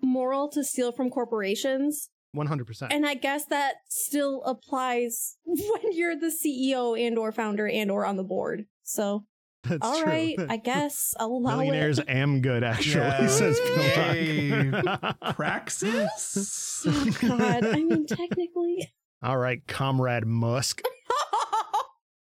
C: moral to steal from corporations.
A: 100%.
C: And I guess that still applies when you're the CEO and or founder and or on the board. So
A: That's
C: all
A: true.
C: right, I guess I'll allow
A: Millionaires
C: it.
A: am good, actually,
B: Yeah.
A: says
B: Yay.
A: Bill Rock.
B: Praxis?
C: God, I mean technically.
A: All right, Comrade Musk.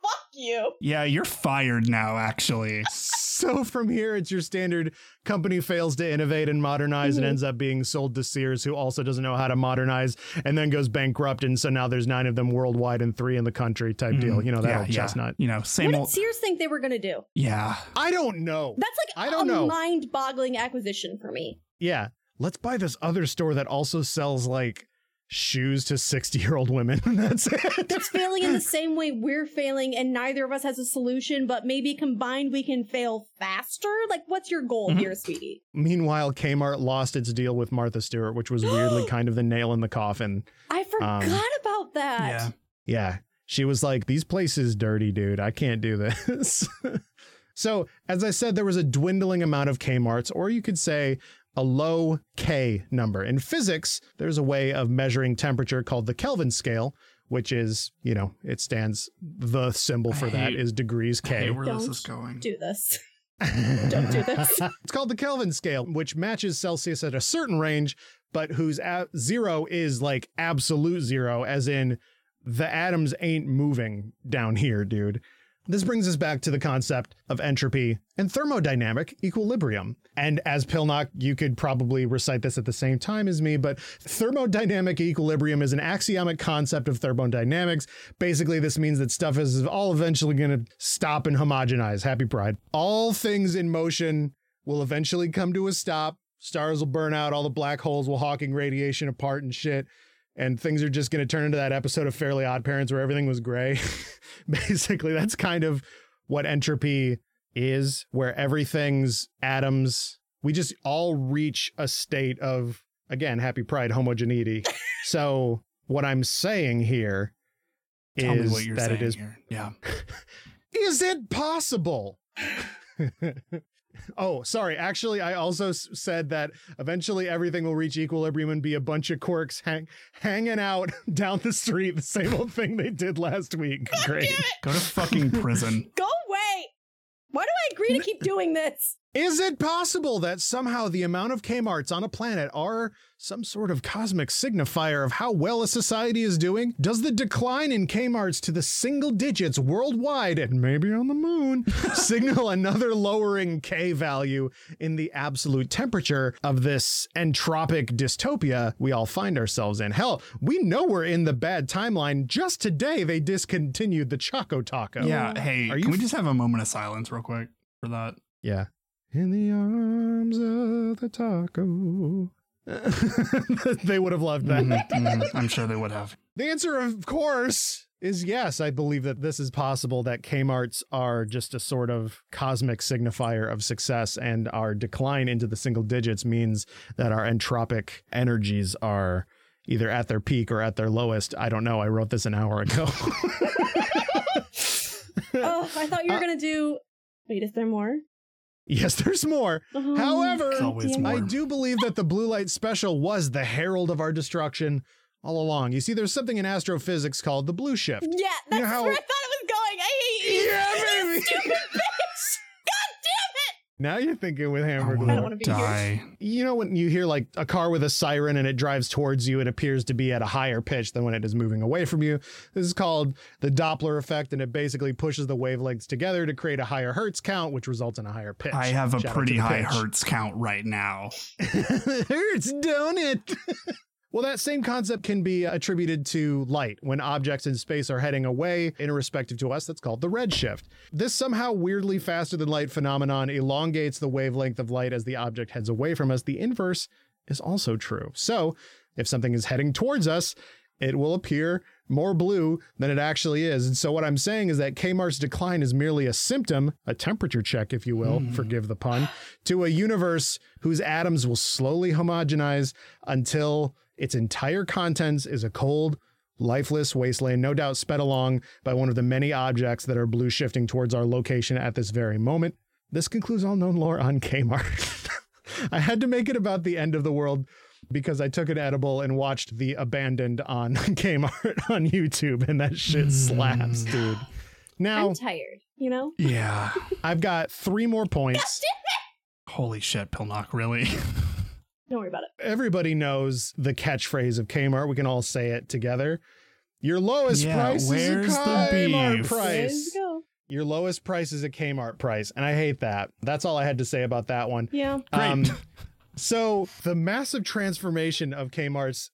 H: Fuck you.
B: yeah, you're fired now, actually.
A: So from here, it's your standard company fails to innovate and modernize and ends up being sold to Sears, who also doesn't know how to modernize and then goes bankrupt. And so now there's nine of them worldwide and three in the country type deal. You know, that
B: yeah,
A: old
B: yeah.
A: chestnut.
B: You know,
C: What
B: same
C: did
B: old.
C: Sears think they were gonna do?
B: yeah.
A: I don't know.
C: That's like
A: I don't
C: a
A: know.
C: mind-boggling acquisition for me.
A: yeah. Let's buy this other store that also sells like shoes to 60 year old women. That's it.
C: That's failing in the same way we're failing, and neither of us has a solution, but maybe combined we can fail faster? Like, what's your goal
A: Mm-hmm.
C: here, sweetie?
A: Meanwhile, Kmart lost its deal with Martha Stewart, which was weirdly kind of the nail in the coffin.
C: I forgot about that.
B: Yeah.
A: Um, Yeah. She was like, These places dirty, dude. I can't do this. so, as I said, there was a dwindling amount of Kmarts, or you could say a low K number. In physics, there's a way of measuring temperature called the Kelvin scale, which is, you know, it stands the symbol for
B: I
A: that
B: hate-
A: is degrees K.
B: Hey, where this
C: Don't
B: is going.
C: Do this. Don't do this.
A: It's called the Kelvin scale, which matches Celsius at a certain range, but whose a- zero is like absolute zero, as in the atoms ain't moving down here, dude. This brings us back to the concept of entropy and thermodynamic equilibrium. And as Pilnock, you could probably recite this at the same time as me, but thermodynamic equilibrium is an axiomatic concept of thermodynamics. Basically, this means that stuff is all eventually going to stop and homogenize. Happy Pride. All things in motion will eventually come to a stop. Stars will burn out, all the black holes will hawking radiation apart and shit. And things are just going to turn into that episode of Fairly Odd Parents where everything was gray. Basically, that's kind of what entropy is, where everything's atoms, we just all reach a state of, again, happy pride, homogeneity. so, what I'm saying here is
B: Tell me what you're
A: that it
B: saying
A: is
B: here. Yeah.
A: is it possible? oh, sorry. Actually, I also s- said that eventually everything will reach equilibrium and be a bunch of quirks hang- hanging out down the street, the same old thing they did last week. Great.
B: Go to fucking prison.
C: Go away! Why do I agree to keep doing this?
A: Is it possible that somehow the amount of Kmarts on a planet are some sort of cosmic signifier of how well a society is doing? Does the decline in Kmarts to the single digits worldwide and maybe on the moon signal another lowering K value in the absolute temperature of this entropic dystopia we all find ourselves in? Hell, we know we're in the bad timeline. Just today, they discontinued the Choco Taco.
B: Yeah. Hey,
A: Are
B: can
A: you
B: we just have a moment of silence real quick for that?
A: Yeah. In the arms of the taco. they would have loved that.
B: Mhm, mhm. I'm sure they would have.
A: The answer, of course, is yes. I believe that this is possible that Kmarts are just a sort of cosmic signifier of success, and our decline into the single digits means that our entropic energies are either at their peak or at their lowest. I don't know. I wrote this an hour ago.
C: Oh, I thought
A: Uh,
C: you were gonna do. Wait, is there more?
A: yes, there's more.
C: Oh,
A: However,
B: There's always
C: damn it.
A: I
B: more.
A: do believe that the blue light special was the herald of our destruction all along. You see, there's something in astrophysics called the blue shift.
C: Yeah, that's
A: know how-
C: where I thought it was going. I hate you.
A: Yeah, baby.
C: Stupid bitch! God damn it!
A: Now you're thinking with
B: I
A: hammer
B: wanna
A: glue.
H: wanna be here.
B: die.
A: You know when you hear like a car with a siren and it drives towards you and appears to be at a higher pitch than when it is moving away from you. This is called the Doppler effect, and it basically pushes the wavelengths together to create a higher hertz count, which results in a higher pitch.
B: I have a
A: Shout out to
B: pretty
A: the
B: high
A: pitch.
B: hertz count right now.
A: it hurts, don't it? well, that same concept can be attributed to light. When objects in space are heading away, irrespective to us, that's called the redshift. This somehow weirdly faster than light phenomenon elongates the wavelength of light as the object heads away from us. The inverse is also true. So, if something is heading towards us, it will appear more blue than it actually is. And so, what I'm saying is that Kmart's decline is merely a symptom, a temperature check, if you will, forgive the pun, to a universe whose atoms will slowly homogenize until its entire contents is a cold, lifeless wasteland, no doubt sped along by one of the many objects that are blue shifting towards our location at this very moment. This concludes all known lore on Kmart. I had to make it about the end of the world because I took an edible and watched The Abandoned on Kmart on YouTube, and that
B: Hmm.
A: shit slaps, dude. Now,
C: I'm tired, you know?
B: Yeah.
A: I've got three more points.
B: Holy shit, Pilnock, really?
C: Don't worry about it.
A: Everybody knows the catchphrase of Kmart. We can all say it together. Your lowest
B: Yeah,
A: price
B: where's
A: is
B: the
A: a Kmart
B: beef?
C: There
A: price.
C: you go.
A: Your lowest price is a Kmart price, and I hate that. That's all I had to say about that one. Um,
C: Yeah.
B: Great.
A: so the massive transformation of Kmart's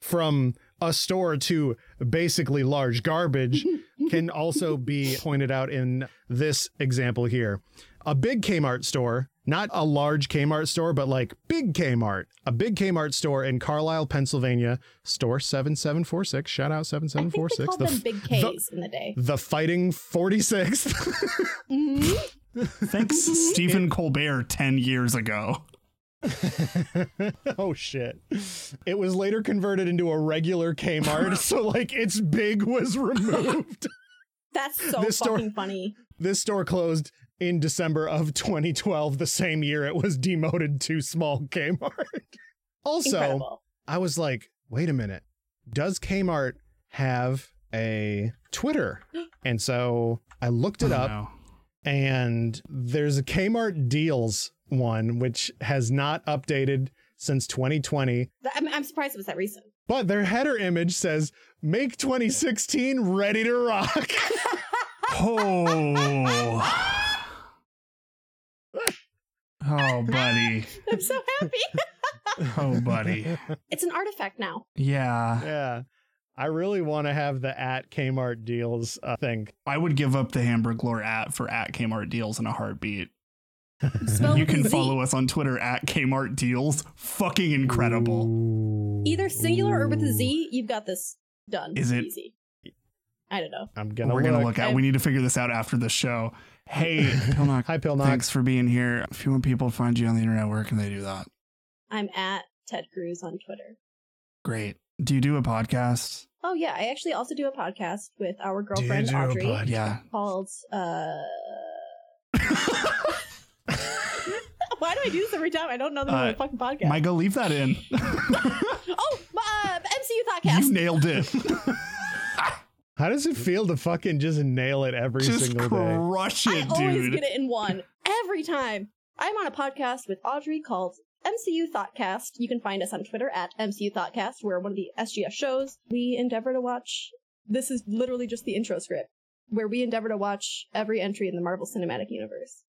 A: from a store to basically large garbage can also be pointed out in this example here. A big Kmart store, not a large Kmart store, but like big Kmart, a big Kmart store in Carlisle, Pennsylvania, store 7746, shout out
C: I think they
A: 7746.
C: called
A: The,
C: them
A: f-
C: big Ks
A: the-
C: in the day.
A: the fighting 46th.
B: Thanks, Stephen Colbert, 10 years ago.
A: oh shit. It was later converted into a regular Kmart, so like its big was removed.
C: That's so fucking
A: This store-
C: funny.
A: this store closed in December of 2012, the same year it was demoted to small Kmart. also,
C: Incredible.
A: I was like, wait a minute. Does Kmart have a Twitter? And so I looked it
B: Oh,
A: up
B: no.
A: and there's a Kmart Deals one which has not updated since 2020.
C: Th- I'm, I'm surprised it was that recent.
A: But their header image says, make 2016 ready to rock.
B: Oh. Oh, buddy.
C: I'm so happy.
B: Oh, buddy.
C: it's an artifact now.
B: Yeah.
A: yeah. I really want to have the at Kmart deals uh, thing.
B: I would give up the Hamburg Lore at for at Kmart Deals in a heartbeat.
C: Spelled
B: you can
C: with a Z.
B: follow us on Twitter at Kmart Deals. Fucking incredible.
C: Either singular or with a Z, you've got this done.
B: Is it-
C: Easy. I don't know.
A: I'm going to
B: We're
A: look.
B: going to look at
C: I-
B: We need to figure this out after the show. Hey, Pilnock,
A: Hi, Pill
B: thanks for being here. If you want people to find you on the internet, where can they do that?
C: I'm at Ted Cruz on Twitter.
B: Great. Do you do a podcast?
C: Oh yeah, I actually also do a podcast with our girlfriend
F: do a
C: Audrey
F: pod-
B: Yeah.
C: called uh Why do I do this every time? I don't know the name
B: Uh,
C: of the fucking podcast.
B: Mike, Michael, leave that in.
C: oh, my, uh, MCU Thoughtcast.
B: you nailed it.
A: How does it feel to fucking just nail it every
B: Just
A: single day?
B: crush
C: I
B: it,
C: always
B: dude.
C: get it in one every time. I'm on a podcast with Audrey called MCU Thoughtcast. You can find us on Twitter at MCU Thoughtcast. We're one of the SGS shows. We endeavor to watch. This is literally just the intro script where we endeavor to watch every entry in the Marvel Cinematic Universe.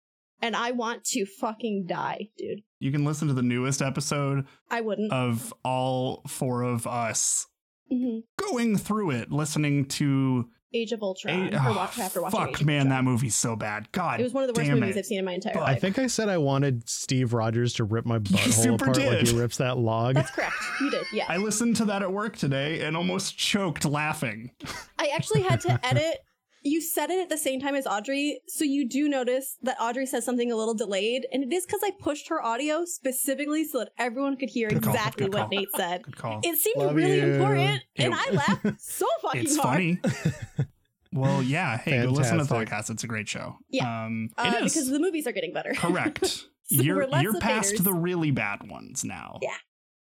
C: And I want to fucking die, dude.
B: You can listen to the newest episode
C: I wouldn't.
B: of all four of us
C: Mhm.
B: going through it, listening to.
C: Age of Ultron.
B: Eh,
C: or
B: oh,
C: watch after watching Age
B: fuck,
C: of
B: man, that
C: Ultron.
B: movie's so bad. God,
C: E It was one of the worst
B: damn
C: movies
B: it.
C: I've seen in my entire
B: But-
A: I
C: life.
A: think I said I wanted Steve Rogers to rip my butthole
B: super
A: apart like
B: did.
A: he rips that log.
C: That's correct. You did, yeah.
B: I listened to that at work today and almost choked laughing.
C: I actually had to edit. You said it at the same time as Audrey, so you do notice that Audrey says something a little delayed, and it is because I pushed her audio specifically so that everyone could hear
B: Good call,
C: exactly
B: good
C: what
B: call.
C: Nate said.
B: Good call.
C: It seemed
A: Love
C: really
A: you.
C: important, and
B: It-
C: I laughed so fucking
B: it's
C: hard.
B: funny. well, yeah. Hey, go listen
A: Fantastic.
B: to Thoughtcast. It's a great show.
C: Yeah.
B: Um,
C: Uh,
B: it is.
C: because the movies are getting better.
B: Correct.
C: So
B: you're
C: we're less
B: you're past
C: debaters.
B: the really bad ones now.
C: Yeah.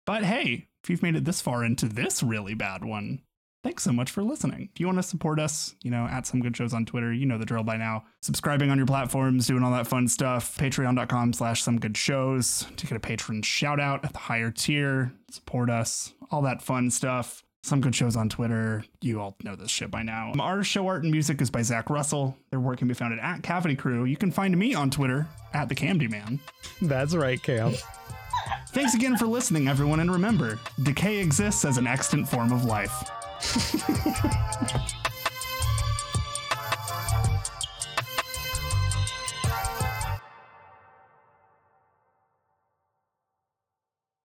B: But hey, if you've made it this far into this really bad one, Thanks so much for listening. If you want to support us, you know, at some good shows on Twitter, you know the drill by now. Subscribing on your platforms, doing all that fun stuff. Patreon.com slash some good shows to get a patron shout out at the higher tier. Support us, all that fun stuff. Some good shows on Twitter. You all know this shit by now. Um, Our show art and music is by Zach Russell. Their work can be found at, at Cavity Crew. You can find me on Twitter at the Camdy Man.
A: That's right, Cam.
B: Thanks again for listening, everyone, and remember, decay exists as an extant form of life.